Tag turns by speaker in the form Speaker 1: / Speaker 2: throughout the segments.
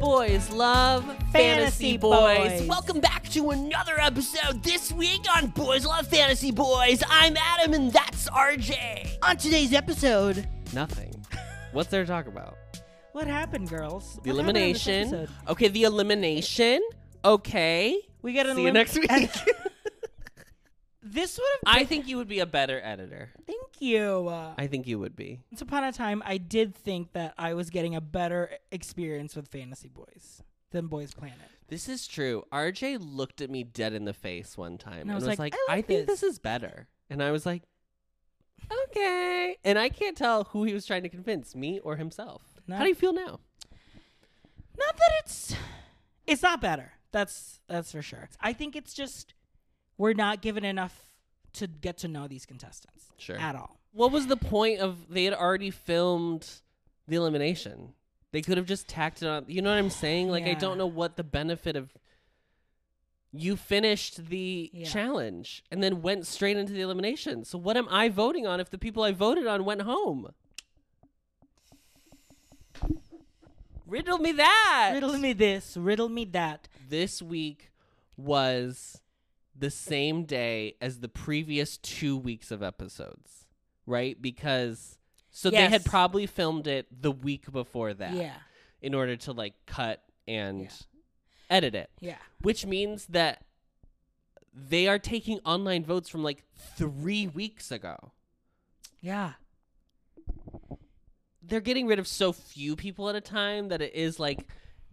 Speaker 1: boys love
Speaker 2: Fantasy Boys.
Speaker 1: Welcome back to another episode this week on Boys Love Fantasy Boys. I'm Adam and that's RJ.
Speaker 2: On today's episode,
Speaker 1: Nothing. What's there to talk about?
Speaker 2: what happened, girls?
Speaker 1: The
Speaker 2: What happened on this
Speaker 1: elimination.
Speaker 2: episode?
Speaker 1: Okay, the elimination. Okay.
Speaker 2: We got an
Speaker 1: See you
Speaker 2: elim-
Speaker 1: next week.
Speaker 2: and- this would have.
Speaker 1: I think you would be a better editor.
Speaker 2: Thank you. Uh,
Speaker 1: I think you would be.
Speaker 2: Once upon a time, I did think that I was getting a better experience with Fantasy Boys than Boys Planet.
Speaker 1: This is true. RJ looked at me dead in the face one time and,
Speaker 2: I was
Speaker 1: was
Speaker 2: like,
Speaker 1: like,
Speaker 2: "I
Speaker 1: I,
Speaker 2: like
Speaker 1: think
Speaker 2: this."
Speaker 1: this is better. And I was like, okay. And I can't tell who he was trying to convince, me or himself.
Speaker 2: No.
Speaker 1: How do you feel now?
Speaker 2: Not that it's, it's not better. That's that's for sure. I think it's just we're not given enough to get to know these contestants
Speaker 1: Sure.
Speaker 2: at all.
Speaker 1: What was the point of they had already filmed the elimination? They could have just tacked it on. You know what I'm saying? Like, I
Speaker 2: Yeah.
Speaker 1: don't know what the benefit of. You finished the
Speaker 2: Yeah.
Speaker 1: challenge and then went straight into the elimination. So, what am I voting on if the people I voted on went home? Riddle me that.
Speaker 2: Riddle me this, riddle me that.
Speaker 1: This week was the same day as the previous two weeks of episodes, right? Because so they
Speaker 2: Yes.
Speaker 1: had probably filmed it the week before that
Speaker 2: Yeah,
Speaker 1: in order to like cut and
Speaker 2: Yeah.
Speaker 1: edit it,
Speaker 2: yeah.
Speaker 1: which means that they are taking online votes from like three weeks ago.
Speaker 2: Yeah.
Speaker 1: They're getting rid of so few people at a time that it is like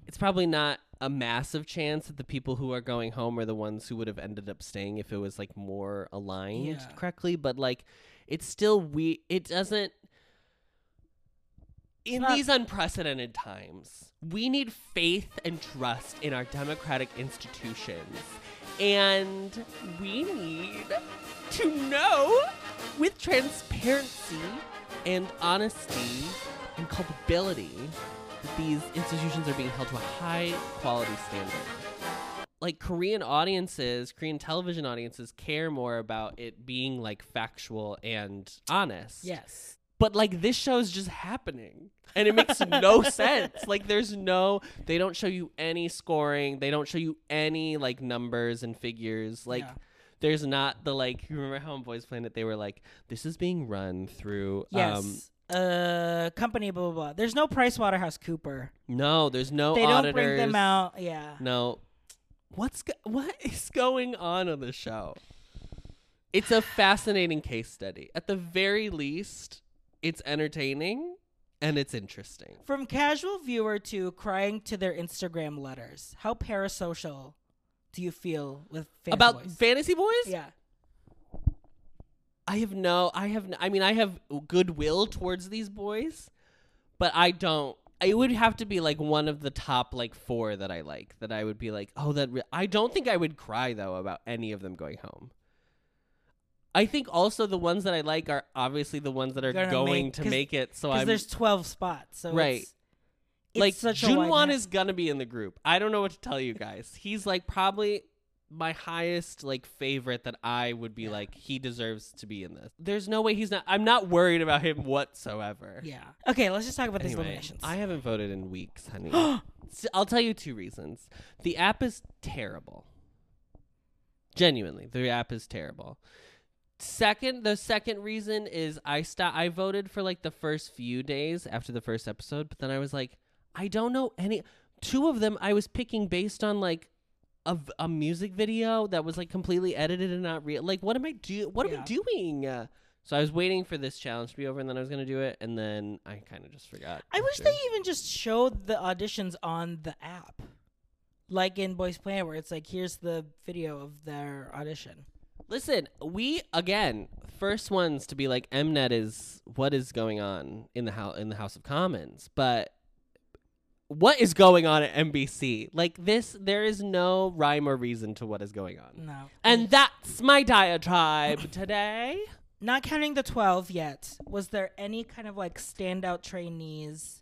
Speaker 1: it's probably not a massive chance that the people who are going home are the ones who would have ended up staying if it was like more aligned
Speaker 2: Yeah.
Speaker 1: correctly but like it's still we it doesn't in
Speaker 2: not-
Speaker 1: these unprecedented times we need faith and trust in our democratic institutions and we need to know with transparency and honesty and culpability that these institutions are being held to a high quality standard like Korean audiences, Korean television audiences care more about it being like factual and honest.
Speaker 2: Yes.
Speaker 1: But like this show is just happening and it makes no sense. Like there's no they don't show you any scoring, they don't show you any like numbers and figures. Like
Speaker 2: Yeah.
Speaker 1: there's not the like you remember how on Boys Planet they were like this is being run through
Speaker 2: Yes.
Speaker 1: um
Speaker 2: uh, company blah blah blah. There's no Price Waterhouse Cooper.
Speaker 1: no, there's no
Speaker 2: they
Speaker 1: auditors.
Speaker 2: don't bring them out. Yeah.
Speaker 1: No. What's go- what is going on on the show? It's a fascinating case study. At the very least, it's entertaining and it's interesting.
Speaker 2: From casual viewer to crying to their Instagram letters. How parasocial do you feel with fans
Speaker 1: About
Speaker 2: voice?
Speaker 1: fantasy boys?
Speaker 2: yeah.
Speaker 1: I have no I have n I I mean I have goodwill towards these boys, but I don't it would have to be like one of the top like four that I like that I would be like, "Oh, that re-. I don't think I would cry though about any of them going home." I think also the ones that I like are obviously the ones that are
Speaker 2: Gonna
Speaker 1: going
Speaker 2: make-
Speaker 1: to
Speaker 2: 'cause-
Speaker 1: make it. So
Speaker 2: Because
Speaker 1: I'm
Speaker 2: there's 12 spots, so
Speaker 1: Right.
Speaker 2: It's, it's
Speaker 1: like
Speaker 2: such a wide
Speaker 1: Junwan
Speaker 2: net.
Speaker 1: is gonna be in the group. I don't know what to tell you guys. He's like probably my highest like favorite that I would be like he deserves to be in this. There's no way he's not. I'm not worried about him whatsoever.
Speaker 2: Yeah. Okay, let's just talk about these
Speaker 1: Anyway,
Speaker 2: eliminations.
Speaker 1: I haven't voted in weeks, honey. S- I'll tell you two reasons. The app is terrible. Genuinely, the app is terrible. Second, the second reason is I st- I voted for like the first few days after the first episode, but then I was like, I don't know any. Two of them I was picking based on like a, v- a music video that was like completely edited and not real. Like, what am I do? What am
Speaker 2: Yeah.
Speaker 1: I doing? Uh, so I was waiting for this challenge to be over, and then I was gonna do it, and then I kind of just forgot.
Speaker 2: I wish
Speaker 1: after.
Speaker 2: they even just showed the auditions on the app. Like in Boys Planet, where it's like, here's the video of their audition.
Speaker 1: Listen, we again first ones to be like Mnet is what is going on in the house in the House of Commons, but what is going on at NBC? Like this, there is no rhyme or reason to what is going on,
Speaker 2: No.
Speaker 1: and that's my diatribe today.
Speaker 2: not counting the 12 yet, was there any kind of like standout trainees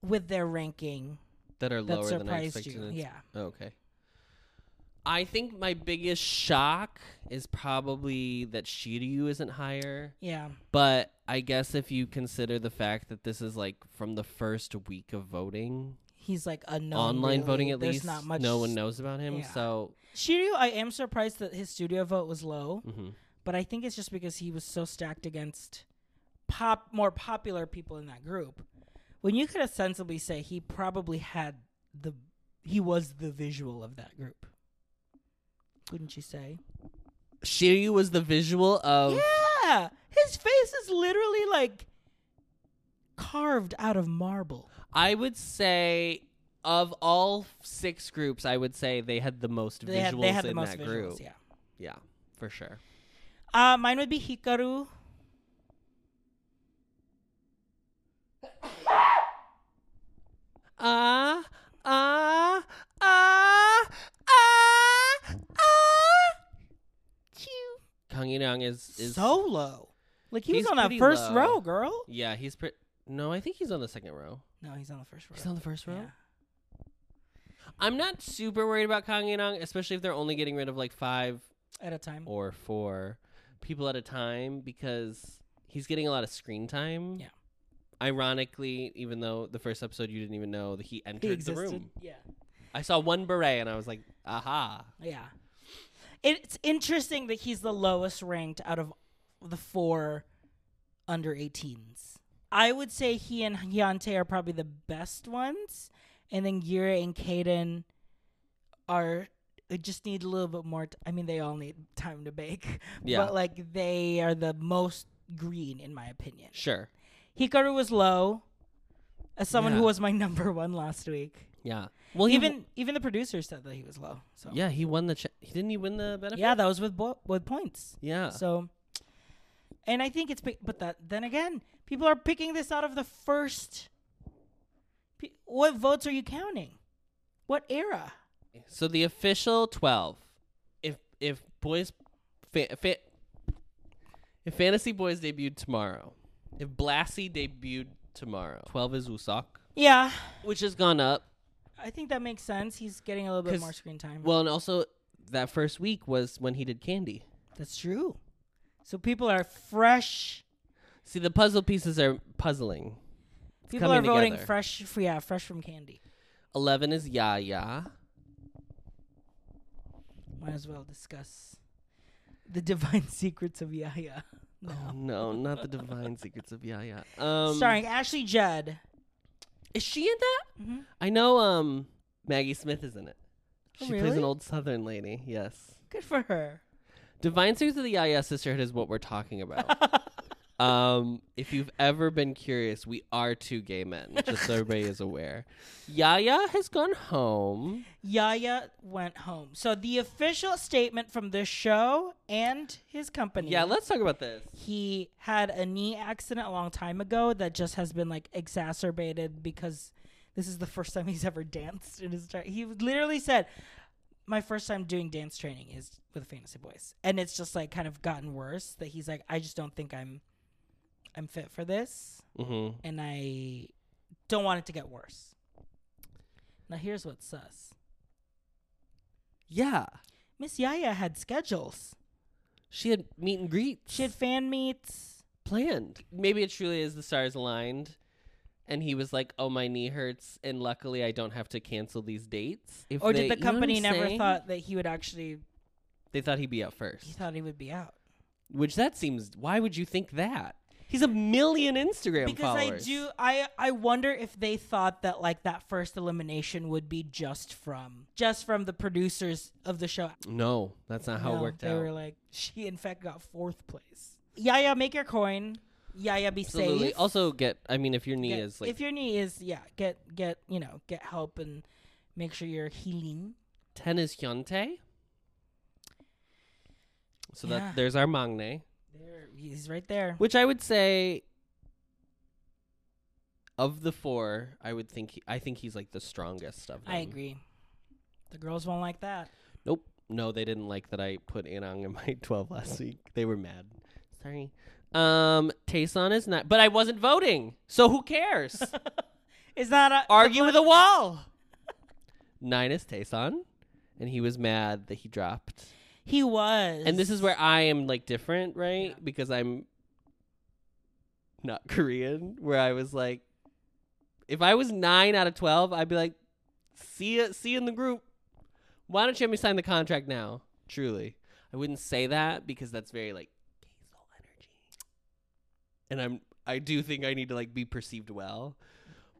Speaker 2: with their ranking
Speaker 1: That are
Speaker 2: that
Speaker 1: lower than I
Speaker 2: surprised
Speaker 1: expected.
Speaker 2: you?
Speaker 1: It's-
Speaker 2: Yeah.
Speaker 1: Okay. I think my biggest shock is probably that Shiryu isn't higher.
Speaker 2: Yeah.
Speaker 1: But I guess if you consider the fact that this is like from the first week of voting,
Speaker 2: he's like unknown.
Speaker 1: Online
Speaker 2: really.
Speaker 1: voting at
Speaker 2: There's
Speaker 1: least.
Speaker 2: not much
Speaker 1: no one knows about him.
Speaker 2: yeah.
Speaker 1: So
Speaker 2: Shiryu, I am surprised that his studio vote was low,
Speaker 1: mhm.
Speaker 2: but I think it's just because he was so stacked against pop more popular people in that group. When you could ostensibly say he probably had the he was the visual of that group. Wouldn't you say?
Speaker 1: Shiryu was the visual of
Speaker 2: Yeah. His face is literally like carved out of marble.
Speaker 1: I would say of all six groups, I would say they had the most
Speaker 2: They
Speaker 1: visuals
Speaker 2: had, they had the
Speaker 1: in
Speaker 2: most
Speaker 1: that
Speaker 2: visuals,
Speaker 1: group.
Speaker 2: yeah.
Speaker 1: Yeah, for sure.
Speaker 2: Uh, mine would be Hikaru.
Speaker 1: Ah, ah, ah, ah, ah. Kang Yinang is is
Speaker 2: Solo. Like he was
Speaker 1: he's
Speaker 2: on that
Speaker 1: pretty
Speaker 2: first
Speaker 1: low.
Speaker 2: row, girl.
Speaker 1: Yeah, he's pretty. No, I think he's on the second row.
Speaker 2: No, he's on the first row.
Speaker 1: He's on the first row.
Speaker 2: Yeah.
Speaker 1: I'm not super worried about Kang Yinang, especially if they're only getting rid of like five
Speaker 2: At a time.
Speaker 1: or four people at a time because he's getting a lot of screen time.
Speaker 2: Yeah.
Speaker 1: Ironically, even though the first episode you didn't even know that he
Speaker 2: He
Speaker 1: entered the
Speaker 2: existed.
Speaker 1: room,
Speaker 2: Yeah.
Speaker 1: I saw one beret and I was like, "Aha!"
Speaker 2: Yeah. It's interesting that he's the lowest ranked out of the four under 18s. I would say he and Hyante are probably the best ones. And then Gira and Kaden are uh, just need a little bit more. T- I mean, they all need time to bake.
Speaker 1: Yeah.
Speaker 2: But like they are the most green, in my opinion.
Speaker 1: Sure.
Speaker 2: Hikaru was low. As someone who
Speaker 1: Yeah.
Speaker 2: was my number one last week,
Speaker 1: Yeah. Well, he
Speaker 2: even even the producer said that he was low. So
Speaker 1: yeah, he won the. Ch- he didn't he win the benefit?
Speaker 2: yeah, that was with bo- with points.
Speaker 1: Yeah.
Speaker 2: So, and I think it's pi- but that then again, people are picking this out of the first. P- what votes are you counting? What era?
Speaker 1: So the official twelve, if if boys, fa- fa- if Fantasy Boys debuted tomorrow, if Blassie debuted tomorrow, twelve is Usopp,
Speaker 2: Yeah,
Speaker 1: which has gone up.
Speaker 2: I think that makes sense. He's getting a little bit
Speaker 1: 'Cause-
Speaker 2: more screen time.
Speaker 1: Well, and also that first week was when he did Candy.
Speaker 2: That's true. So people are fresh.
Speaker 1: See, the puzzle pieces are puzzling.
Speaker 2: People are
Speaker 1: coming
Speaker 2: voting
Speaker 1: together.
Speaker 2: fresh. f- Yeah, fresh from candy.
Speaker 1: Eleven is Yaya.
Speaker 2: Might as well discuss the divine secrets of Yahya.
Speaker 1: Oh no, not the divine secrets of Yaya. Um,
Speaker 2: Starring Ashley Judd.
Speaker 1: is she in that?
Speaker 2: Mhm.
Speaker 1: I know. Um, Maggie Smith is in it. She
Speaker 2: Oh,
Speaker 1: plays an
Speaker 2: really?
Speaker 1: old Southern lady. Yes.
Speaker 2: Good for her.
Speaker 1: Divine Secrets of the Yaya Sisterhood is what we're talking about. um, if you've ever been curious, we are two gay men, just so everybody is aware. Yaya has gone home.
Speaker 2: Yaya went home. So the official statement from this show and his company.
Speaker 1: Yeah, let's talk about this.
Speaker 2: he had a knee accident a long time ago that just has been like exacerbated because this is the first time he's ever danced in his entire. He literally said, "My first time doing dance training is with Fantasy Boys," and it's just like kind of gotten worse. That he's like, "I just don't think I'm, I'm fit for this,
Speaker 1: Mm-hmm.
Speaker 2: and I don't want it to get worse." Now here's what's sus.
Speaker 1: Yeah,
Speaker 2: Miss Yaya had schedules.
Speaker 1: she had meet and greets
Speaker 2: She had fan meets.
Speaker 1: planned. Maybe it truly is the stars aligned, and he was like, "Oh, my knee hurts, and luckily I don't have to cancel these dates." If
Speaker 2: Or
Speaker 1: they-
Speaker 2: did the
Speaker 1: you know what
Speaker 2: company
Speaker 1: I'm
Speaker 2: never
Speaker 1: saying?
Speaker 2: thought that he would actually?
Speaker 1: they thought he'd be out first?
Speaker 2: He thought he would be out.
Speaker 1: Which that seems. Why would you think that? He's a million Instagram
Speaker 2: Because
Speaker 1: followers.
Speaker 2: I do, I I wonder if they thought that like that first elimination would be just from just from the producers of the show.
Speaker 1: No, that's not how
Speaker 2: No,
Speaker 1: it worked
Speaker 2: they
Speaker 1: out.
Speaker 2: were like, she in fact got fourth place. Yaya, make your coin. Yaya, be
Speaker 1: Absolutely.
Speaker 2: safe.
Speaker 1: Also, get. I mean, if your knee
Speaker 2: Get-
Speaker 1: is like
Speaker 2: if your knee is yeah, get get you know get help and make sure you're healing.
Speaker 1: ten is Hyuntae. So
Speaker 2: Yeah.
Speaker 1: that there's our Mangne,
Speaker 2: There, he's right there.
Speaker 1: which I would say. Of the four, I would think he, I think he's like the strongest of them.
Speaker 2: I agree. The girls won't like that.
Speaker 1: Nope. No, they didn't like that I put Anang in my 12 last week. They were mad. Sorry. Um, Tayson is not, but I wasn't voting, so who cares?
Speaker 2: Is that a
Speaker 1: Argue with a wall. Nine is Tayson, and he was mad that he dropped.
Speaker 2: He was.
Speaker 1: And this is where I am like different, right?
Speaker 2: Yeah.
Speaker 1: Because I'm not Korean, where I was like, If I was nine out of twelve, I'd be like, see ya, see you in the group. Why don't you have me sign the contract now? Truly, I wouldn't say that because that's very like gay soul energy, and I'm I do think I need to like be perceived well,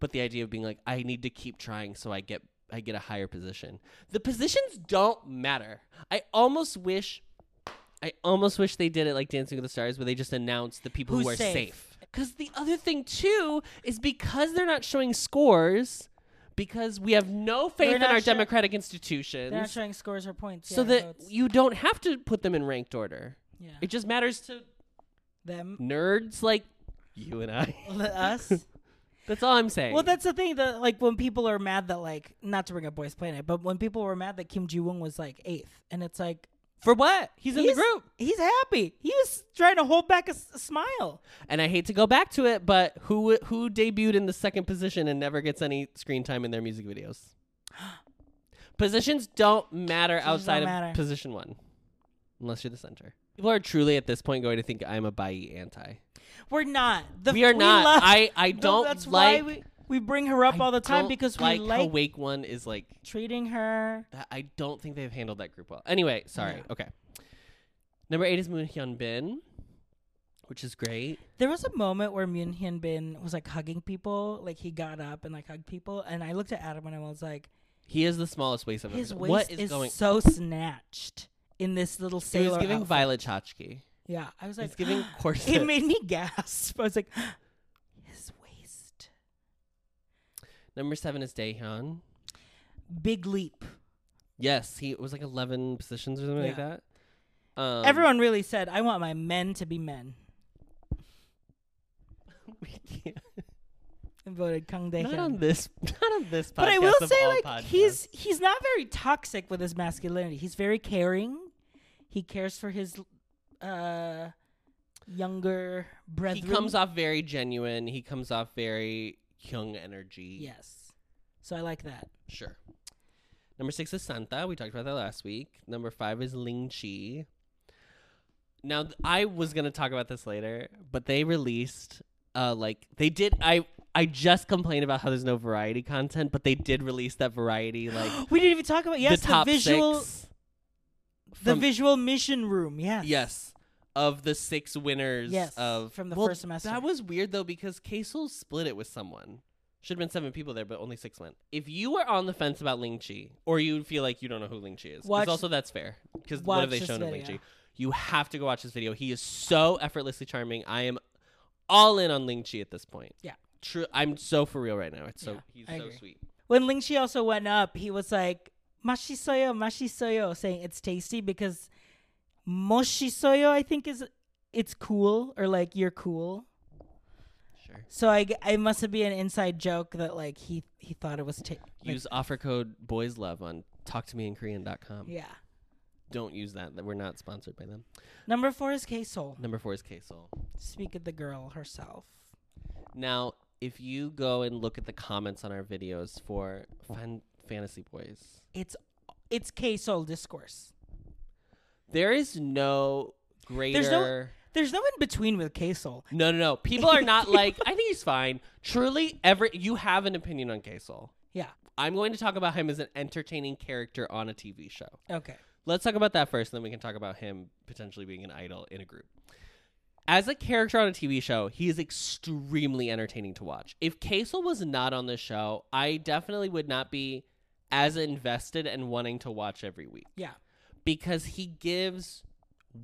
Speaker 1: but the idea of being like I need to keep trying so I get I get a higher position. The positions don't matter. I almost wish I almost wish they did it like Dancing with the Stars, where they just announce the people who
Speaker 2: Who's
Speaker 1: are
Speaker 2: safe.
Speaker 1: safe. Because the other thing too is because they're not showing scores, because we have no faith
Speaker 2: They're
Speaker 1: in
Speaker 2: not
Speaker 1: our
Speaker 2: show-
Speaker 1: democratic
Speaker 2: They're not
Speaker 1: institutions,
Speaker 2: showing scores or points.
Speaker 1: so
Speaker 2: yeah,
Speaker 1: that
Speaker 2: votes.
Speaker 1: you don't have to put them in ranked order.
Speaker 2: yeah.
Speaker 1: It just matters to
Speaker 2: them,
Speaker 1: nerds like you and I.
Speaker 2: let us.
Speaker 1: That's all I'm saying.
Speaker 2: Well, that's the thing that like when people are mad that like not to bring up Boys Planet, but when people were mad that Kim Ji Woon was like eighth, and it's like
Speaker 1: for what he's in the group.
Speaker 2: He's happy. He was trying to hold back a, s- a smile.
Speaker 1: And I hate to go back to it, but who who debuted in the second position and never gets any screen time in their music videos? Positions don't matter outside
Speaker 2: don't matter.
Speaker 1: of position one, unless you're the center. People are truly at this point going to think I'm a bi anti.
Speaker 2: We're not. The,
Speaker 1: we are not.
Speaker 2: love-
Speaker 1: I I
Speaker 2: No,
Speaker 1: don't
Speaker 2: that's
Speaker 1: like.
Speaker 2: why we, we bring her up
Speaker 1: I
Speaker 2: all the time
Speaker 1: don't
Speaker 2: because we
Speaker 1: like, how
Speaker 2: like
Speaker 1: Wake One is like.
Speaker 2: treating her.
Speaker 1: that- I don't think they've handled that group well. Anyway, sorry.
Speaker 2: Yeah.
Speaker 1: Okay. Number eight is Moon Hyun Bin, which is great.
Speaker 2: There was a moment where Moon Hyun Bin was like hugging people, like he got up and like hugged people, and I looked at Adam and I was like,
Speaker 1: He is the smallest waist I've ever
Speaker 2: his
Speaker 1: seen.
Speaker 2: waist
Speaker 1: What is,
Speaker 2: is
Speaker 1: going?
Speaker 2: so snatched in this little
Speaker 1: He
Speaker 2: sailor.
Speaker 1: was giving
Speaker 2: outfit.
Speaker 1: Violet Chachki.
Speaker 2: Yeah, I was
Speaker 1: He's
Speaker 2: like,
Speaker 1: giving corset.
Speaker 2: it made me gasp. I was like, his waist,
Speaker 1: Number seven is Daehyun.
Speaker 2: big leap.
Speaker 1: Yes, he was like eleven positions or something like
Speaker 2: Yeah.
Speaker 1: that. Um,
Speaker 2: Everyone really said, I want my men to be men.
Speaker 1: we can't-
Speaker 2: And voted Kang Dae
Speaker 1: not
Speaker 2: Hyun.
Speaker 1: on this, not on this podcast.
Speaker 2: but I will
Speaker 1: of
Speaker 2: say,
Speaker 1: all
Speaker 2: like,
Speaker 1: podcasts.
Speaker 2: he's he's not very toxic with his masculinity. He's very caring. He cares for his uh, younger
Speaker 1: he
Speaker 2: brethren.
Speaker 1: comes off very genuine. He comes off very young energy.
Speaker 2: yes. So I like that.
Speaker 1: sure. Number six is Santa. We talked about that last week. Number five is Ling Chi. Now th- I was gonna talk about this later, but they released uh like they did I I just complained about how there's no variety content, but they did release that variety like
Speaker 2: we didn't even talk about yes
Speaker 1: the
Speaker 2: the,
Speaker 1: top
Speaker 2: visual
Speaker 1: six.
Speaker 2: the
Speaker 1: from-
Speaker 2: visual mission room. Yes.
Speaker 1: Yes. Of the six winners
Speaker 2: Yes,
Speaker 1: of
Speaker 2: from the
Speaker 1: Well,
Speaker 2: first semester.
Speaker 1: That was weird though because Casel split it with someone. Should have been seven people there, but only six went. If you were on the fence about Ling Chi, or you feel like you don't know who Ling Chi is, because
Speaker 2: Watch-
Speaker 1: also that's fair. Because what have
Speaker 2: watch
Speaker 1: they
Speaker 2: this
Speaker 1: shown of Ling
Speaker 2: video.
Speaker 1: Chi? You have to go watch this video. He is so effortlessly charming. I am all in on Ling Chi at this point.
Speaker 2: Yeah.
Speaker 1: True. I'm so for real right now. It's so
Speaker 2: Yeah,
Speaker 1: he's
Speaker 2: I
Speaker 1: so
Speaker 2: agree.
Speaker 1: sweet.
Speaker 2: When Ling Shi also went up, he was like mashisoyo, mashisoyo, saying it's tasty because moshisoyo I think is it's cool or like you're cool.
Speaker 1: Sure.
Speaker 2: So I, g- it must have been an inside joke that like he he thought it was ta- like,
Speaker 1: Use offer code boys love on talktomeinkorean.com.
Speaker 2: yeah.
Speaker 1: Don't use that. We're not sponsored by them.
Speaker 2: Number four is K Soul.
Speaker 1: Number four is Casel.
Speaker 2: Speak of the girl herself.
Speaker 1: Now, if you go and look at the comments on our videos for Fun Fantasy Boys,
Speaker 2: It's it's K Soul discourse.
Speaker 1: there is no
Speaker 2: no-
Speaker 1: greater.
Speaker 2: There's no in between with K Soul.
Speaker 1: No, no, no. People are not like, I think he's fine. Truly, every you have an opinion on Kaysol.
Speaker 2: Yeah.
Speaker 1: I'm going to talk about him as an entertaining character on a TV show.
Speaker 2: Okay.
Speaker 1: Let's talk about that first, and then we can talk about him potentially being an idol in a group. As a character on a TV show, he is extremely entertaining to watch. If Casel was not on the show, I definitely would not be as invested and wanting to watch every week
Speaker 2: Yeah.
Speaker 1: because he gives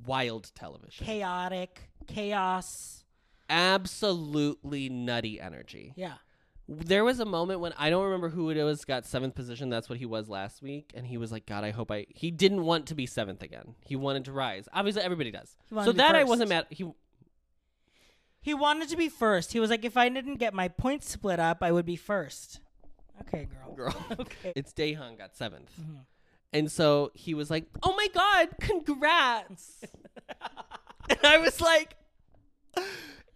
Speaker 1: wild television.
Speaker 2: Chaotic chaos.
Speaker 1: Absolutely nutty energy.
Speaker 2: Yeah.
Speaker 1: There was a moment when I don't remember who it was got seventh position. That's what he was last week, and he was like, "God, I hope I." He didn't want to be seventh again. He wanted to rise. Obviously, everybody does.
Speaker 2: He wanted
Speaker 1: So
Speaker 2: to be
Speaker 1: that I
Speaker 2: first.
Speaker 1: wasn't mad. He
Speaker 2: He wanted to be first. He was like, if I didn't get my points split up, I would be first. Okay, girl.
Speaker 1: girl,
Speaker 2: Okay.
Speaker 1: it's Daehan got 7th
Speaker 2: Mhm.
Speaker 1: and so he was like, "Oh my God, congrats!" and I was like,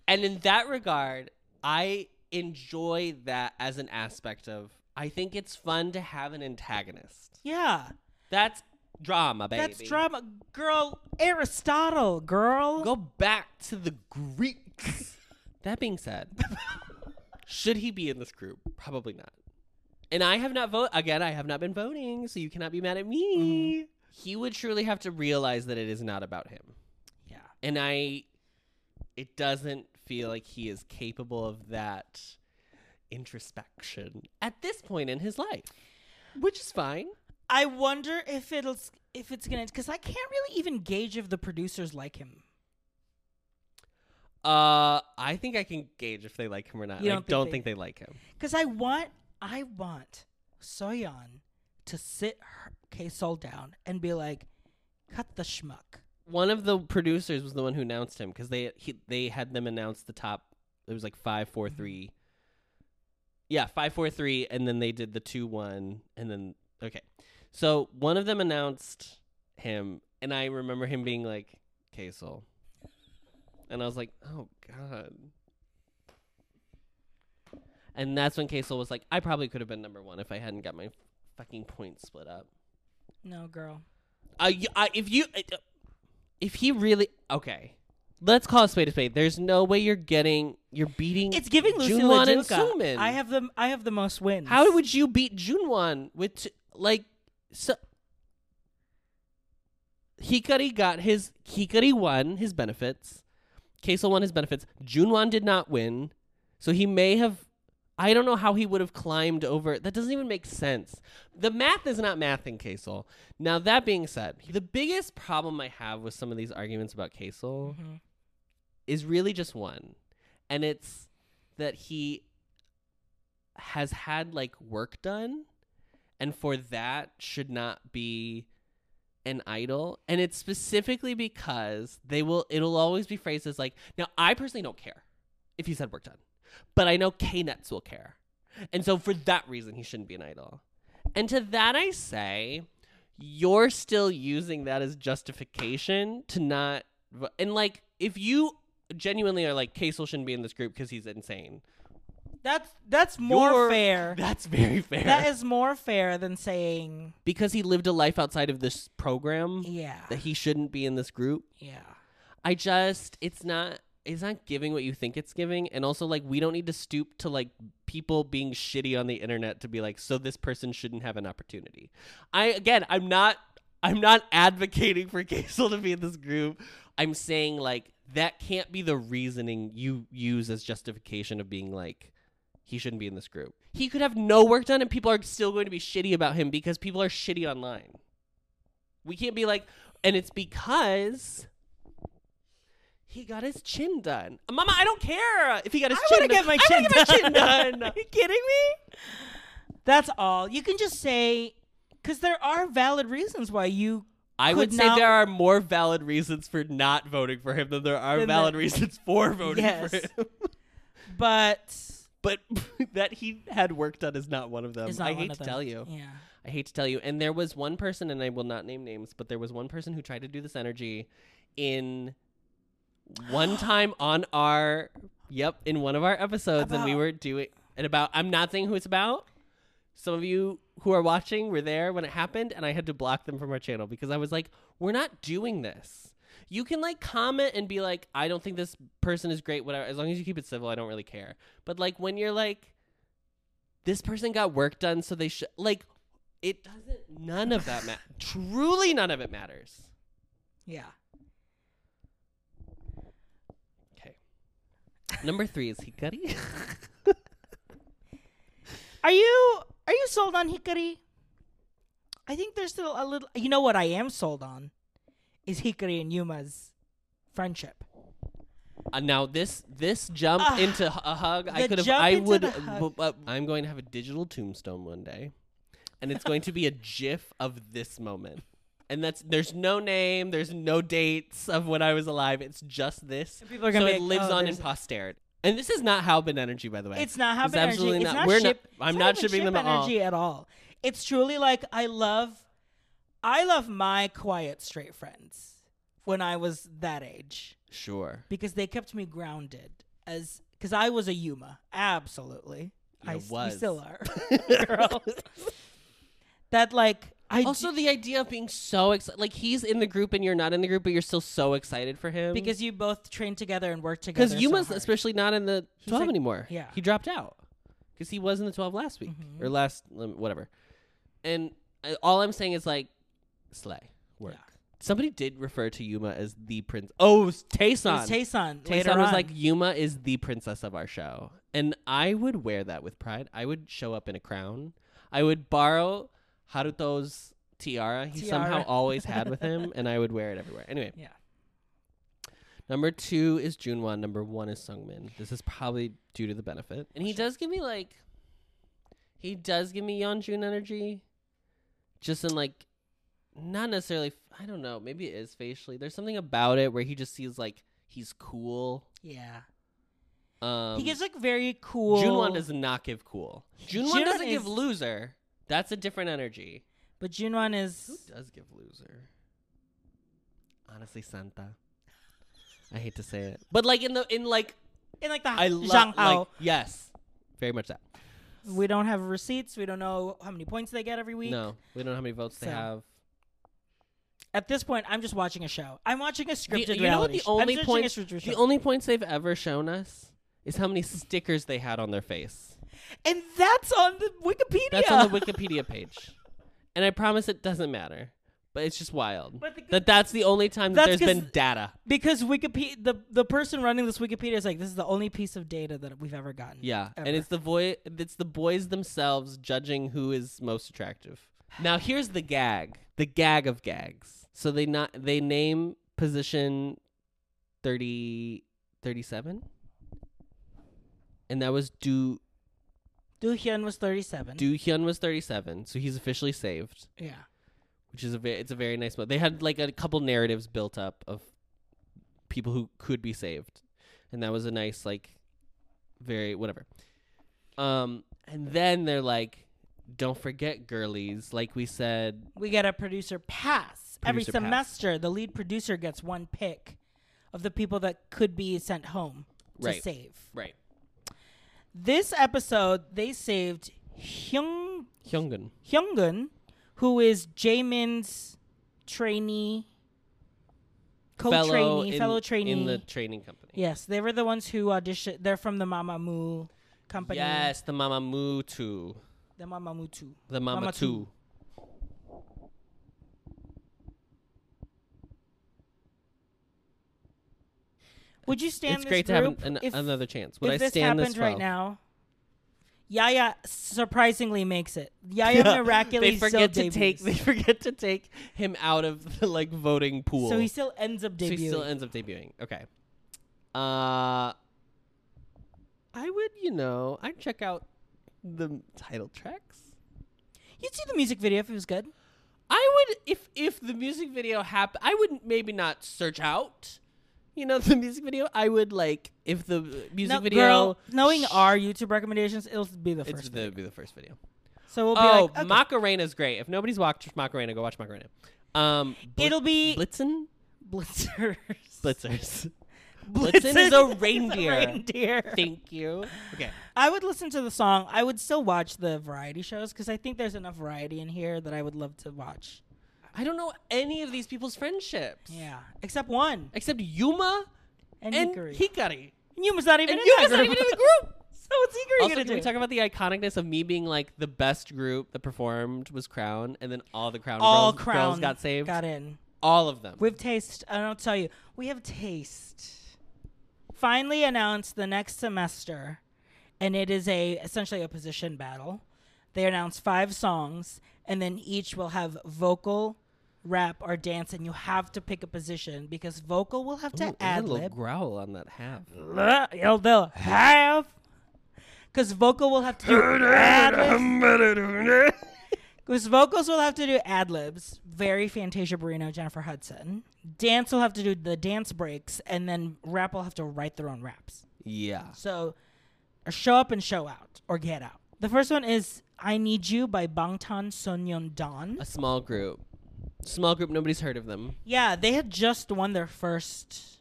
Speaker 1: and in that regard, I enjoy that as an aspect of. I think it's fun to have an antagonist.
Speaker 2: Yeah.
Speaker 1: That's drama, baby.
Speaker 2: That's drama. Girl, Aristotle, girl.
Speaker 1: Go back to the Greeks. that being said, Should he be in this group? Probably not. And I have not vote again. I have not been voting, so you cannot be mad at me.
Speaker 2: Mm-hmm.
Speaker 1: He would truly have to realize that it is not about him,
Speaker 2: Yeah.
Speaker 1: and I. It doesn't feel like he is capable of that introspection at this point in his life, which is fine.
Speaker 2: I wonder if it'll s- if it's gonna because I can't really even gauge if the producers like him.
Speaker 1: Uh, I think I can gauge if they like him or not.
Speaker 2: You
Speaker 1: and
Speaker 2: don't think
Speaker 1: I don't
Speaker 2: they-
Speaker 1: think they like him.
Speaker 2: Because I want, I want Soyeon to sit her K Sol down and be like, "Cut the schmuck."
Speaker 1: one of the producers was the one who announced him because they he, they had them announce the top. It was like five, four, three. Yeah, five, four, three, and then they did the two, one, and then okay. So one of them announced him, and I remember him being like Casel, and I was like, oh god. And that's when Casel was like, I probably could have been number one if I hadn't got my fucking points split up.
Speaker 2: No, girl.
Speaker 1: Uh, y- uh, if you, uh, if he really, okay, let's call a spade a spade. There's no way you're getting, you're beating.
Speaker 2: It's giving
Speaker 1: Junwan
Speaker 2: Lucila
Speaker 1: and
Speaker 2: Duca.
Speaker 1: Sumin.
Speaker 2: I have the I have the most wins.
Speaker 1: How would you beat Junwan with t- like so? Hikari got his Hikari won his benefits. Keisel won his benefits. Junwan did not win, so he may have. I don't know how he would have climbed over. That doesn't even make sense. The math is not math in Kaisel. Now that being said, the biggest problem I have with some of these arguments about Kaisel
Speaker 2: Mhm.
Speaker 1: is really just one, and it's that he has had like work done, and for that should not be an idol. And it's specifically because they will. It'll always be phrased as like, now I personally don't care if he's had work done, but I know K Nets will care, and so for that reason he shouldn't be an idol. And to that I say, you're still using that as justification to not. vo- And like, if you genuinely are like, Casel shouldn't be in this group because he's insane.
Speaker 2: That's that's more
Speaker 1: You're-
Speaker 2: fair.
Speaker 1: That's very fair.
Speaker 2: that is more fair than saying
Speaker 1: because he lived a life outside of this program
Speaker 2: yeah,
Speaker 1: that he shouldn't be in this group.
Speaker 2: yeah.
Speaker 1: I just it's not it's not giving what you think it's giving and also like we don't need to stoop to like people being shitty on the internet to be like so this person shouldn't have an opportunity. I again, I'm not I'm not advocating for Casel to be in this group. I'm saying like that can't be the reasoning you use as justification of being like he shouldn't be in this group. He could have no work done and people are still going to be shitty about him because people are shitty online. We can't be like and it's because he got his chin done. Mama, I don't care if he got his
Speaker 2: I
Speaker 1: chin
Speaker 2: wanna
Speaker 1: done.
Speaker 2: get my
Speaker 1: I
Speaker 2: chin
Speaker 1: wanna get my
Speaker 2: done.
Speaker 1: chin done.
Speaker 2: Are you kidding me? That's all. You can just say because there are valid reasons why you
Speaker 1: I would
Speaker 2: could
Speaker 1: say
Speaker 2: not-
Speaker 1: there are more valid reasons for not voting for him than there are
Speaker 2: Than
Speaker 1: valid
Speaker 2: the-
Speaker 1: reasons for voting
Speaker 2: Yes.
Speaker 1: for him.
Speaker 2: but
Speaker 1: But that he had work done is not one of them.
Speaker 2: is
Speaker 1: Um,
Speaker 2: not
Speaker 1: I
Speaker 2: one
Speaker 1: hate
Speaker 2: of
Speaker 1: to
Speaker 2: them.
Speaker 1: tell you.
Speaker 2: Yeah.
Speaker 1: I hate to tell you. And there was one person, and I will not name names, but there was one person who tried to do this energy in one time on our, yep, in one of our episodes, and we
Speaker 2: About-
Speaker 1: were doing, and about, I'm not saying who it's about. Some of you who are watching were there when it happened, and I had to block them from our channel because I was like, we're not doing this. You can like comment and be like, I don't think this person is great, whatever. As long as you keep it civil, I don't really care. But like when you're like, this person got work done, so they should like it doesn't none of that matter. Truly none of it matters.
Speaker 2: Yeah.
Speaker 1: Okay. Number three is Hikari.
Speaker 2: Are you are you sold on Hikari? I think there's still a little. You know what I am sold on is Hikari and Yuma's friendship.
Speaker 1: uh, now this this jump
Speaker 2: Ah,
Speaker 1: into h- a hug, I
Speaker 2: the
Speaker 1: could have
Speaker 2: jump
Speaker 1: I
Speaker 2: into
Speaker 1: would
Speaker 2: the hug.
Speaker 1: uh, I'm going to have a digital tombstone one day. And it's going to be a gif of this moment. And that's there's no name, there's no dates of when I was alive. It's just this.
Speaker 2: People are
Speaker 1: So
Speaker 2: gonna be
Speaker 1: it
Speaker 2: like,
Speaker 1: lives
Speaker 2: "Oh,
Speaker 1: on in
Speaker 2: there's-
Speaker 1: posterity. And this is not Halbin energy, by the way.
Speaker 2: It's not
Speaker 1: It's
Speaker 2: happening.
Speaker 1: absolutely not.
Speaker 2: energy. It's not
Speaker 1: We're not-
Speaker 2: ship-
Speaker 1: I'm
Speaker 2: it's
Speaker 1: not
Speaker 2: even
Speaker 1: shipping
Speaker 2: ship
Speaker 1: them at all.
Speaker 2: energy at all. It's truly like I love, I love my quiet straight friends when I was that age
Speaker 1: sure.
Speaker 2: because they kept me grounded as because I was a Yuma absolutely. I
Speaker 1: You
Speaker 2: s-
Speaker 1: was.
Speaker 2: we still are. Girl. that like I
Speaker 1: also the idea of being so excited like he's in the group and you're not in the group but you're still so excited for him
Speaker 2: because you both trained together and worked together.
Speaker 1: because
Speaker 2: so
Speaker 1: Yuma's
Speaker 2: hard.
Speaker 1: especially not in the
Speaker 2: He's
Speaker 1: 12
Speaker 2: like-
Speaker 1: anymore
Speaker 2: yeah. Mm-hmm.
Speaker 1: he dropped out because he was in the 12 last week or last um, whatever. And uh, all I'm saying is like slay work.
Speaker 2: Yeah.
Speaker 1: Somebody did refer to Yuma as the prince. Oh, it was
Speaker 2: It
Speaker 1: Tayson.
Speaker 2: was Tayson.
Speaker 1: Taylor
Speaker 2: later
Speaker 1: was
Speaker 2: on.
Speaker 1: like, Yuma is the princess of our show. And I would wear that with pride. I would show up in a crown. I would borrow Haruto's tiara he somehow
Speaker 2: Tiara.
Speaker 1: always had with him, and I would wear it everywhere. Anyway.
Speaker 2: Yeah.
Speaker 1: Number two is Junwan. Number one is Sungmin. This is probably due to the benefit. And he does give me like, he does give me Yeonjun energy. Just in like, not necessarily, f- I don't know, maybe it is facially. There's something about it where he just sees like, he's cool.
Speaker 2: yeah.
Speaker 1: Um,
Speaker 2: he gives like very cool.
Speaker 1: Junwan does not give cool. Junwan
Speaker 2: Junwan
Speaker 1: doesn't give
Speaker 2: is-
Speaker 1: loser. That's a different energy.
Speaker 2: but Junwan
Speaker 1: Who
Speaker 2: is
Speaker 1: does give loser? Honestly, Santa. I hate to say it, but like in the in like
Speaker 2: in like the
Speaker 1: I
Speaker 2: Zhang
Speaker 1: love
Speaker 2: Hao.
Speaker 1: like yes, very much that.
Speaker 2: we don't have receipts. We don't know how many points they get every week.
Speaker 1: No, we don't know how many votes they
Speaker 2: So,
Speaker 1: have.
Speaker 2: At this point, I'm just watching a show. I'm watching a
Speaker 1: The-
Speaker 2: scripted
Speaker 1: you know what
Speaker 2: reality
Speaker 1: the
Speaker 2: sh- I'm
Speaker 1: only
Speaker 2: searching a
Speaker 1: points
Speaker 2: scripted
Speaker 1: the
Speaker 2: show.
Speaker 1: only points they've ever shown us is how many stickers they had on their face.
Speaker 2: and that's on the Wikipedia.
Speaker 1: That's on the Wikipedia page, and I promise it doesn't matter. But it's just wild
Speaker 2: But the-
Speaker 1: that that's the only time that
Speaker 2: That's
Speaker 1: there's been
Speaker 2: 'cause-
Speaker 1: data.
Speaker 2: because Wikipedia, the the person running this Wikipedia is like, this is the only piece of data that we've ever gotten.
Speaker 1: Yeah, and
Speaker 2: Ever.
Speaker 1: it's the boy. It's the boys themselves judging who is most attractive. Now here's the gag. The gag of gags. So they not they name position 30, 37? and that was Du
Speaker 2: Du Hyun was 37.
Speaker 1: Du Hyun was thirty seven. So he's officially saved,
Speaker 2: yeah.
Speaker 1: which is a very, it's a very nice. Mo- they had like a couple narratives built up of people who could be saved, and that was a nice like very whatever. Um, and then they're like, "Don't forget, girlies." Like we said,
Speaker 2: We get a producer pass. Every
Speaker 1: Producer pass.
Speaker 2: semester, the lead producer gets one pick of the people that could be sent home to
Speaker 1: Right.
Speaker 2: save.
Speaker 1: right?
Speaker 2: This episode, they saved Hyung
Speaker 1: Hyungun.
Speaker 2: Hyungun, who is Jamin's trainee, co-trainee, fellow,
Speaker 1: in-
Speaker 2: trainee.
Speaker 1: in the training company.
Speaker 2: yes, they were the ones who auditioned. They're from the Mamamoo company.
Speaker 1: Yes, the Mama Mutu,
Speaker 2: the Mamamoo too.
Speaker 1: the Mama,
Speaker 2: Mama
Speaker 1: Two.
Speaker 2: Tu. Would you stand?
Speaker 1: It's
Speaker 2: this
Speaker 1: great to have an,
Speaker 2: group
Speaker 1: an,
Speaker 2: if,
Speaker 1: another chance. Would
Speaker 2: If
Speaker 1: I
Speaker 2: this
Speaker 1: stand
Speaker 2: happened
Speaker 1: this
Speaker 2: right
Speaker 1: 12?
Speaker 2: now, Yaya surprisingly makes it. Yaya miraculously
Speaker 1: they forget to
Speaker 2: still
Speaker 1: take
Speaker 2: debuts.
Speaker 1: they forget to take him out of the like voting pool.
Speaker 2: so he still ends up
Speaker 1: So
Speaker 2: debuting.
Speaker 1: he still ends up debuting. Okay. Uh I would, you know, I'd check out the title tracks.
Speaker 2: You'd see the music video if it was good.
Speaker 1: I would if if the music video happened, I would maybe not search out you know the music video. I would like if the music
Speaker 2: No,
Speaker 1: video
Speaker 2: girl, knowing our YouTube recommendations, it'll be the
Speaker 1: it's
Speaker 2: first.
Speaker 1: the, be the first video.
Speaker 2: so we'll be
Speaker 1: Oh,
Speaker 2: like, okay.
Speaker 1: Macarena's great. If nobody's watched Macarena, go watch Macarena. Um Bl-
Speaker 2: it'll be
Speaker 1: Blitzen
Speaker 2: blitzers.
Speaker 1: Blitzers.
Speaker 2: Blitzen
Speaker 1: is a reindeer.
Speaker 2: reindeer.
Speaker 1: Thank you. Okay.
Speaker 2: I would listen to the song. I would still watch the variety shows because I think there's enough variety in here that I would love to watch.
Speaker 1: I don't know any of these people's friendships.
Speaker 2: Yeah, except one
Speaker 1: Except Yuma
Speaker 2: and,
Speaker 1: and,
Speaker 2: Hikari.
Speaker 1: Hikari.
Speaker 2: and Yuma's not even
Speaker 1: And
Speaker 2: in
Speaker 1: Yuma's
Speaker 2: that
Speaker 1: not
Speaker 2: group.
Speaker 1: even in the group.
Speaker 2: so what's Hikari
Speaker 1: Also,
Speaker 2: gonna
Speaker 1: can
Speaker 2: do?
Speaker 1: we talk about the iconicness of me being like the best group that performed was Crown, and then all the Crown
Speaker 2: All
Speaker 1: girls,
Speaker 2: crown
Speaker 1: girls got saved?
Speaker 2: Got in.
Speaker 1: All of them.
Speaker 2: We have taste. I don't tell you. We have taste. Finally announced the next semester, and it is a essentially a position battle. They announce five songs, and then each will have vocal, rap, or dance, and you have to pick a position because vocal will have to
Speaker 1: add
Speaker 2: ad
Speaker 1: a little
Speaker 2: lib.
Speaker 1: growl on that half.
Speaker 2: They'll they'll have, because vocal will have to do ad libs. Because vocals will have to do ad libs, very Fantasia Barrino, Jennifer Hudson. Dance will have to do the dance breaks, and then rap will have to write their own raps.
Speaker 1: yeah.
Speaker 2: So, or show up and show out, or get out. The first one is "I Need You" by Bangtan Sonyeon Don.
Speaker 1: A small group. Small group, nobody's heard of them.
Speaker 2: Yeah, they had just won their first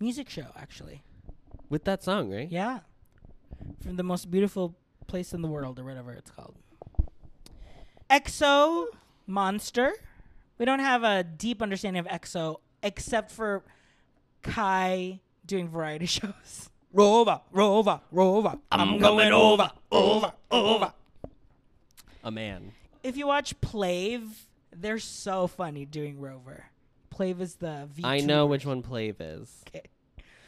Speaker 2: music show, actually.
Speaker 1: With that song, right?
Speaker 2: Yeah, from the most beautiful place in the world, or whatever it's called. EXO Monster. We don't have a deep understanding of EXO except for Kai doing variety shows. Rover, Rover, Rover.
Speaker 1: I'm going over, over, over. A man.
Speaker 2: If you watch Plave, they're so funny doing Rover. Plave is the V.
Speaker 1: I know which one Plave is.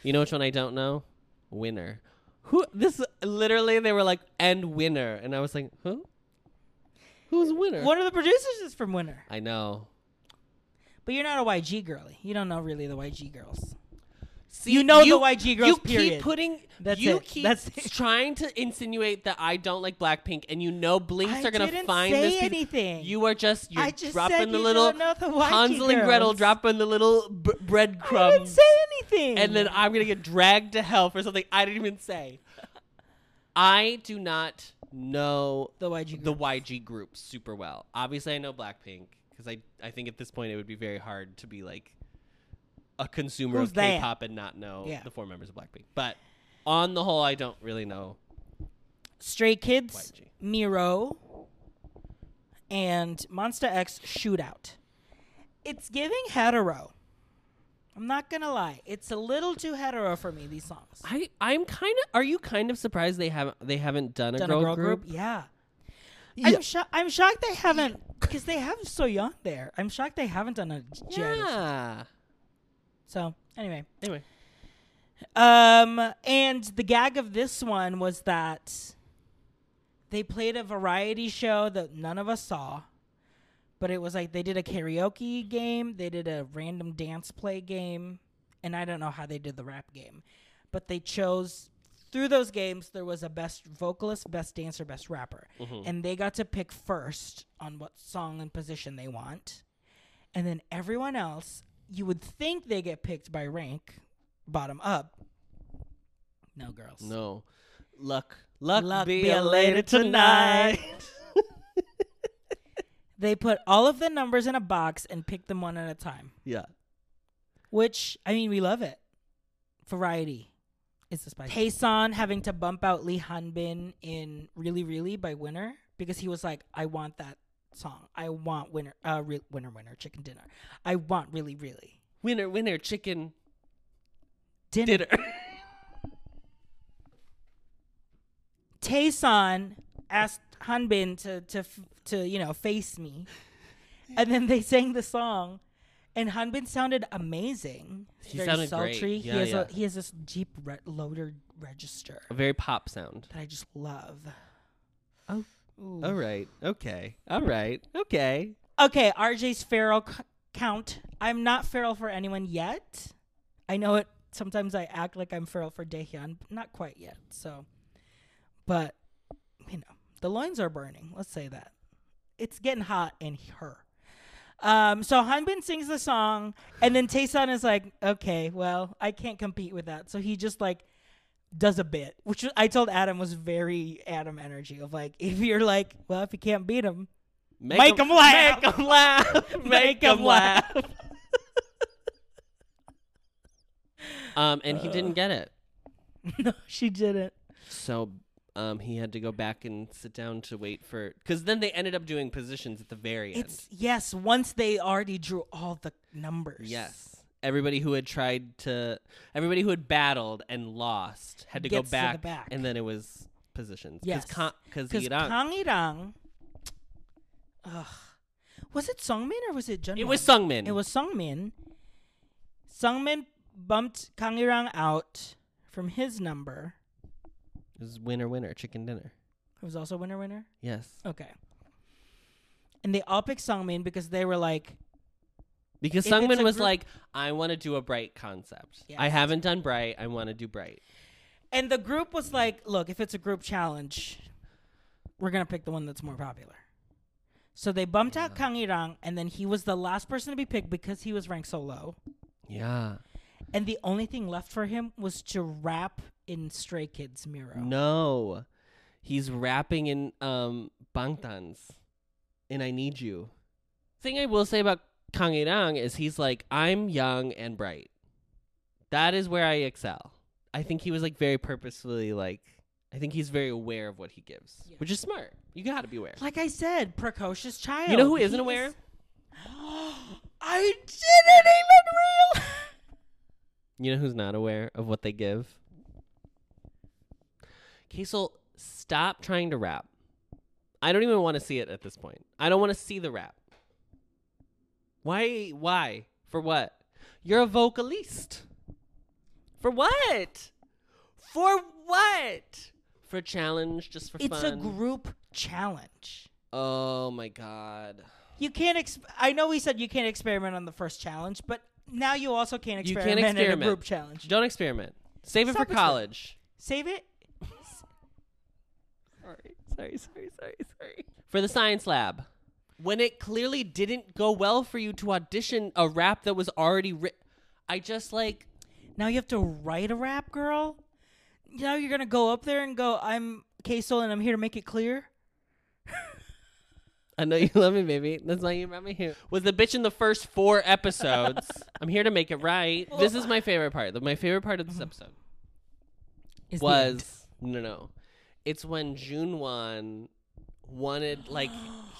Speaker 1: You know which one I don't know? Winner. Who? This literally, they were like, and winner. And I was like, who? Who's winner?
Speaker 2: One of the producers is from Winner,
Speaker 1: I know.
Speaker 2: but you're not a YG girlie. You don't know really the YG girls.
Speaker 1: See,
Speaker 2: You know the YG girls,
Speaker 1: You
Speaker 2: period.
Speaker 1: keep putting.
Speaker 2: That's
Speaker 1: you
Speaker 2: it.
Speaker 1: keep
Speaker 2: That's it.
Speaker 1: trying to insinuate that I don't like Blackpink, and you know Blinks
Speaker 2: I
Speaker 1: are gonna
Speaker 2: didn't
Speaker 1: find
Speaker 2: say
Speaker 1: this. piece-
Speaker 2: anything.
Speaker 1: You are just you're
Speaker 2: I just
Speaker 1: dropping
Speaker 2: said
Speaker 1: the
Speaker 2: you
Speaker 1: little
Speaker 2: don't know the YG
Speaker 1: Hansel and Gretel,
Speaker 2: girls.
Speaker 1: dropping the little b-
Speaker 2: I didn't
Speaker 1: breadcrumbs,
Speaker 2: say anything.
Speaker 1: and then I'm gonna get dragged to hell for something I didn't even say. I do not know
Speaker 2: the YG
Speaker 1: the
Speaker 2: girl.
Speaker 1: YG group super well. Obviously, I know Blackpink because I I think at this point it would be very hard to be like a consumer
Speaker 2: Who's
Speaker 1: of
Speaker 2: that?
Speaker 1: K-pop and not know
Speaker 2: Yeah.
Speaker 1: the four members of Blackpink. But on the whole, I don't really know.
Speaker 2: Stray Kids,
Speaker 1: YG.
Speaker 2: Miro, and Monster X Shootout. It's giving hetero. I'm not gonna lie. It's a little too hetero for me. These songs.
Speaker 1: I I'm kind of. Are you kind of surprised they haven't they haven't done a,
Speaker 2: Done
Speaker 1: girl,
Speaker 2: a girl
Speaker 1: group?
Speaker 2: group. Yeah.
Speaker 1: Yeah.
Speaker 2: I'm sho- I'm shocked they haven't because they have so young there. I'm shocked they haven't done a Janet.
Speaker 1: Yeah.
Speaker 2: So anyway,
Speaker 1: Anyway,
Speaker 2: Um, and the gag of this one was that they played a variety show that none of us saw, but it was like they did a karaoke game, they did a random dance play game, and I don't know how they did the rap game, but they chose through those games there was a best vocalist, best dancer, best rapper, and they got to pick first on what song and position they want and then everyone else you would think they get picked by rank bottom up no girls
Speaker 1: no. Luck, luck, be,
Speaker 2: be
Speaker 1: a
Speaker 2: a
Speaker 1: lady
Speaker 2: lady
Speaker 1: tonight.
Speaker 2: they put all of the numbers in a box and pick them one at a time
Speaker 1: yeah.
Speaker 2: which i mean we love it variety is the spice Taeson having to bump out lee hanbin in really really by winner because he was like i want that song i want winner uh re- winner winner chicken dinner i want really really
Speaker 1: Winner, winner, chicken
Speaker 2: dinner
Speaker 1: dinner.
Speaker 2: Taesan asked Hanbin to to f- to you know face me, and then they sang the song, and Hanbin sounded amazing.
Speaker 1: He sounded great.
Speaker 2: He
Speaker 1: Yeah,
Speaker 2: has
Speaker 1: yeah.
Speaker 2: a he has this deep re- loaded register
Speaker 1: a very pop sound.
Speaker 2: that I just love.
Speaker 1: Oh.
Speaker 2: Ooh.
Speaker 1: All right. Okay. All right. Okay.
Speaker 2: Okay, RJ's feral c- count. I'm not feral for anyone yet. I know it. Sometimes I act like I'm feral for Daehyun, but not quite yet. So, but you know, the loins are burning. Let's say that it's getting hot in her. Um, so Hanbin sings the song, and then Taesun is like, "Okay, well, I can't compete with that." So he just like does a bit, which I told Adam was very Adam energy of like, if you're like, well, if you can't beat him, Make 'em laugh.
Speaker 1: Make 'em laugh.
Speaker 2: Make 'em laugh.
Speaker 1: um, and he didn't get it.
Speaker 2: no, she didn't.
Speaker 1: So um, he had to go back and sit down to wait for. Because then they ended up doing positions at the very end.
Speaker 2: It's yes, once they already drew all the numbers.
Speaker 1: yes. Everybody who had tried to. Everybody who had battled and lost had to go
Speaker 2: Gets to the
Speaker 1: back,
Speaker 2: back.
Speaker 1: And then it was positions.
Speaker 2: Yes.
Speaker 1: Because
Speaker 2: Because Kang Irang Ugh. Was it Songmin or was it Jungmin?
Speaker 1: It was Sungmin.
Speaker 2: It was Sungmin. Sungmin bumped Kang Irang out from his number.
Speaker 1: It was winner, winner, chicken dinner.
Speaker 2: It was also winner winner.
Speaker 1: Yes.
Speaker 2: Okay. And they all picked Sungmin because they were like,
Speaker 1: Because
Speaker 2: If it's
Speaker 1: Sungmin
Speaker 2: a
Speaker 1: was
Speaker 2: group-
Speaker 1: like, I want to do a bright concept.
Speaker 2: Yes.
Speaker 1: I haven't done bright. I want to do bright.
Speaker 2: and the group was like, look, if it's a group challenge, we're gonna pick the one that's more popular. So they bumped out Kang Irang, and then he was the last person to be picked because he was ranked so low.
Speaker 1: Yeah.
Speaker 2: And the only thing left for him was to rap in Stray Kids Miro.
Speaker 1: No. He's rapping in um Bangtans and I Need You. Thing I will say about Kang Irang is he's like, I'm young and bright. That is where I excel. I think he was like very purposefully like I think he's very aware of what he gives.
Speaker 2: Yeah.
Speaker 1: Which is smart. You gotta be aware.
Speaker 2: Like I said, precocious child.
Speaker 1: You know who isn't
Speaker 2: He
Speaker 1: aware?
Speaker 2: is- I didn't even realize.
Speaker 1: You know who's not aware of what they give? Kiesel, stop trying to rap. I don't even want to see it at this point. I don't want to see the rap. Why? Why? For what? You're a vocalist. For what? For what? For a challenge, just for
Speaker 2: It's
Speaker 1: fun.
Speaker 2: a group challenge.
Speaker 1: Oh my god.
Speaker 2: You can't. Exp- I know we said you can't experiment on the first challenge, but now you also can't
Speaker 1: You
Speaker 2: experiment,
Speaker 1: can't
Speaker 2: in a
Speaker 1: experiment.
Speaker 2: group challenge.
Speaker 1: Don't experiment. Save it
Speaker 2: Stop
Speaker 1: for
Speaker 2: exper-
Speaker 1: college.
Speaker 2: Save it.
Speaker 1: Sorry, sorry, sorry, sorry, sorry. For the science lab. When it clearly didn't go well for you to audition a rap that was already written. I just like
Speaker 2: Now you have to write a rap, girl. Now you're gonna go up there and go, "I'm Queso, and I'm here to make it clear."
Speaker 1: I know you love me, baby. That's why you brought me here. Was the bitch in the first four episodes. I'm here to make it right. this is my favorite part. The- My favorite part of this episode
Speaker 2: Is the end.
Speaker 1: was no no. It's when Junwan wanted like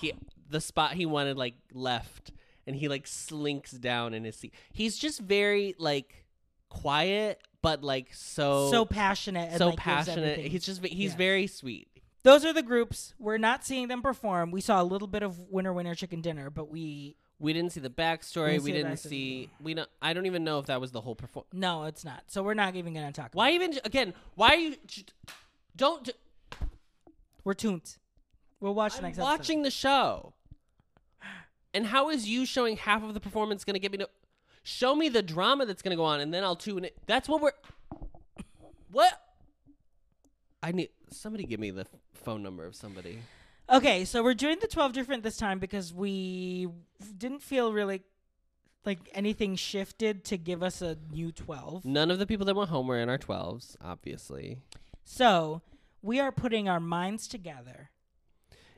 Speaker 1: he the spot he wanted like left and he like slinks down in his seat. He's just very like quiet but like so
Speaker 2: so passionate. And
Speaker 1: so
Speaker 2: like, gives
Speaker 1: passionate.
Speaker 2: everything.
Speaker 1: He's just he's
Speaker 2: Yeah.
Speaker 1: very sweet.
Speaker 2: Those are the groups. We're not seeing them perform. We saw a little bit of Winner Winner Chicken Dinner, but we
Speaker 1: We didn't see the backstory.
Speaker 2: Didn't
Speaker 1: We
Speaker 2: see the
Speaker 1: didn't
Speaker 2: backstory.
Speaker 1: see. We don't. I don't even know if that was the whole performance.
Speaker 2: no, it's not. So we're not even gonna talk.
Speaker 1: Why even again? Why are you? j- Don't. d-
Speaker 2: We're tuned. We'll watch the
Speaker 1: I'm
Speaker 2: next episode.
Speaker 1: watching the show. And how is you showing half of the performance going to get me to show me the drama that's going to go on, and then I'll tune it. That's what we're. What? I need somebody. Give me the phone number of somebody.
Speaker 2: Okay, so we're doing the 12 different this time because we didn't feel really like anything shifted to give us a new 12.
Speaker 1: None of the people that went home were in our twelves, obviously.
Speaker 2: So we are putting our minds together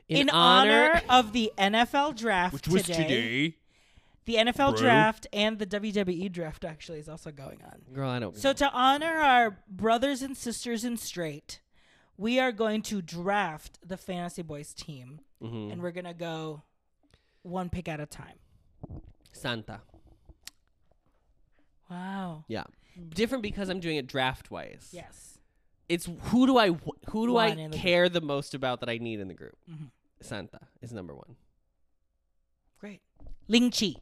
Speaker 1: In,
Speaker 2: of the NFL draft, The NFL
Speaker 1: bro.
Speaker 2: draft and the WWE draft actually is also going on.
Speaker 1: girl, I don't.
Speaker 2: So to honor our brothers and sisters in straight, we are going to draft the Fantasy Boys team,
Speaker 1: Mhm.
Speaker 2: and we're gonna go one pick at a time.
Speaker 1: Santa.
Speaker 2: Wow.
Speaker 1: Yeah. Different because I'm doing it draft wise.
Speaker 2: Yes.
Speaker 1: It's who do I w- who do
Speaker 2: Want
Speaker 1: I
Speaker 2: in the group.
Speaker 1: care the most about that I need in the group?
Speaker 2: Mhm.
Speaker 1: Santa is number one.
Speaker 2: Great. Ling Chi.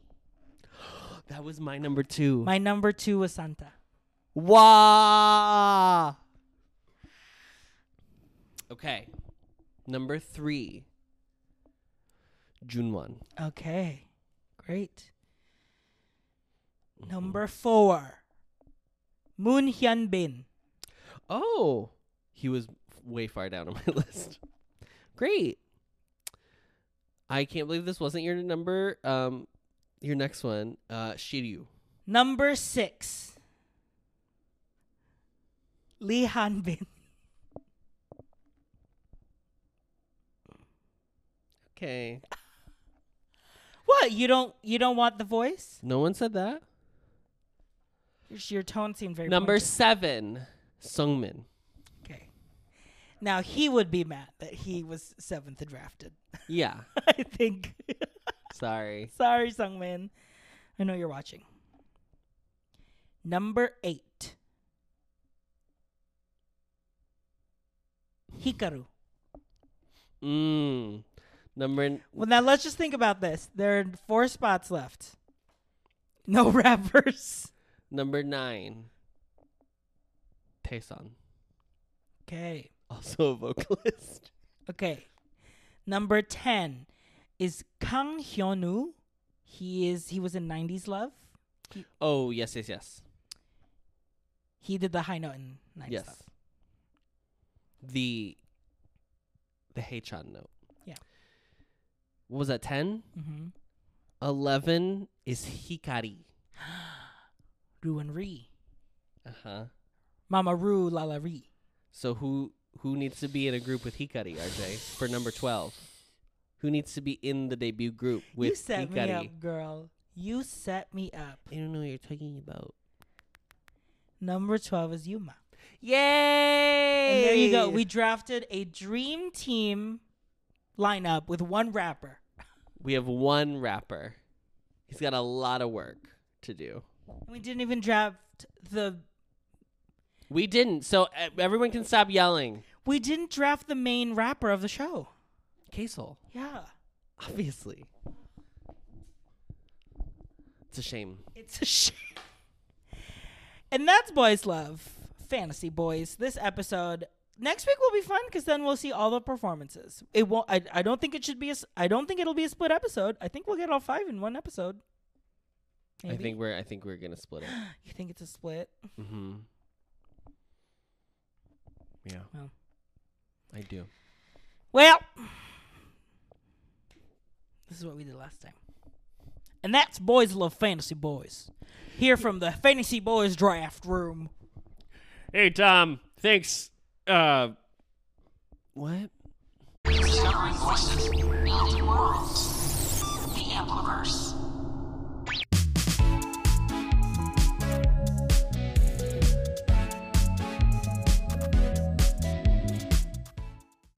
Speaker 1: That was my number two.
Speaker 2: My number two was Santa.
Speaker 1: Wah. Okay. Number three. June one.
Speaker 2: Okay. Great. Mm-hmm. Number four. Moon Hyun Bin.
Speaker 1: Oh, he was way far down on my list. Great. I can't believe this wasn't your number. Um, your next one, uh, Shiryu.
Speaker 2: Number six. Lee Han Bin.
Speaker 1: Okay.
Speaker 2: What? You don't you don't want the voice?
Speaker 1: No one said that.
Speaker 2: Your, your tone seemed very
Speaker 1: Number
Speaker 2: pointed.
Speaker 1: seven, Sungmin.
Speaker 2: Okay. Now he would be mad that he was seventh drafted.
Speaker 1: Yeah.
Speaker 2: I think.
Speaker 1: Sorry.
Speaker 2: Sorry, Sungmin. I know you're watching. Number eight. Hikaru.
Speaker 1: Mm. Number n-
Speaker 2: Well, now let's just think about this. There are four spots left. No rappers.
Speaker 1: number nine, Taesan,
Speaker 2: Okay.
Speaker 1: also a vocalist.
Speaker 2: Okay. Number 10 is Kang Hyunwoo. He is he was in 90s Love.
Speaker 1: Oh yes, yes, yes,
Speaker 2: He did the high note in 90s
Speaker 1: yes.
Speaker 2: Love.
Speaker 1: The the Haechan note.
Speaker 2: Yeah.
Speaker 1: What was that? Ten.
Speaker 2: Mm-hmm.
Speaker 1: Eleven is Hikari.
Speaker 2: Ru and Ri.
Speaker 1: Uh huh.
Speaker 2: Mama Ru La La Ri.
Speaker 1: So who who needs to be in a group with Hikari, RJ, for number twelve? Who needs to be in the debut group with
Speaker 2: you set
Speaker 1: Hikari?
Speaker 2: me up, girl. You set me up.
Speaker 1: I don't know what you're talking about.
Speaker 2: Number 12 is Yuma.
Speaker 1: Yay!
Speaker 2: And there you go. We drafted a dream team lineup with one rapper.
Speaker 1: we have one rapper. He's got a lot of work to do.
Speaker 2: And we didn't even draft the
Speaker 1: We didn't, so e- everyone can stop yelling.
Speaker 2: We didn't draft the main rapper of the show.
Speaker 1: Casel,
Speaker 2: Yeah.
Speaker 1: obviously. It's a shame.
Speaker 2: It's a shame. And that's Boys Love. Fantasy Boys. This episode. Next week will be fun because then we'll see all the performances. It won't. I, I don't think it should be. A, s- I don't think it'll be a split episode. I think we'll get all five in one episode.
Speaker 1: I think we're I think we're gonna split it.
Speaker 2: you think it's a split.
Speaker 1: mm-hmm. Yeah.
Speaker 2: Well.
Speaker 1: I do.
Speaker 2: Well, this is what we did last time. And that's Boys Love Fantasy Boys. Here from the Fantasy Boys Draft Room.
Speaker 3: Hey, Tom. Thanks. Uh,
Speaker 1: What?
Speaker 4: Discovering voices, building worlds, the Ampliverse.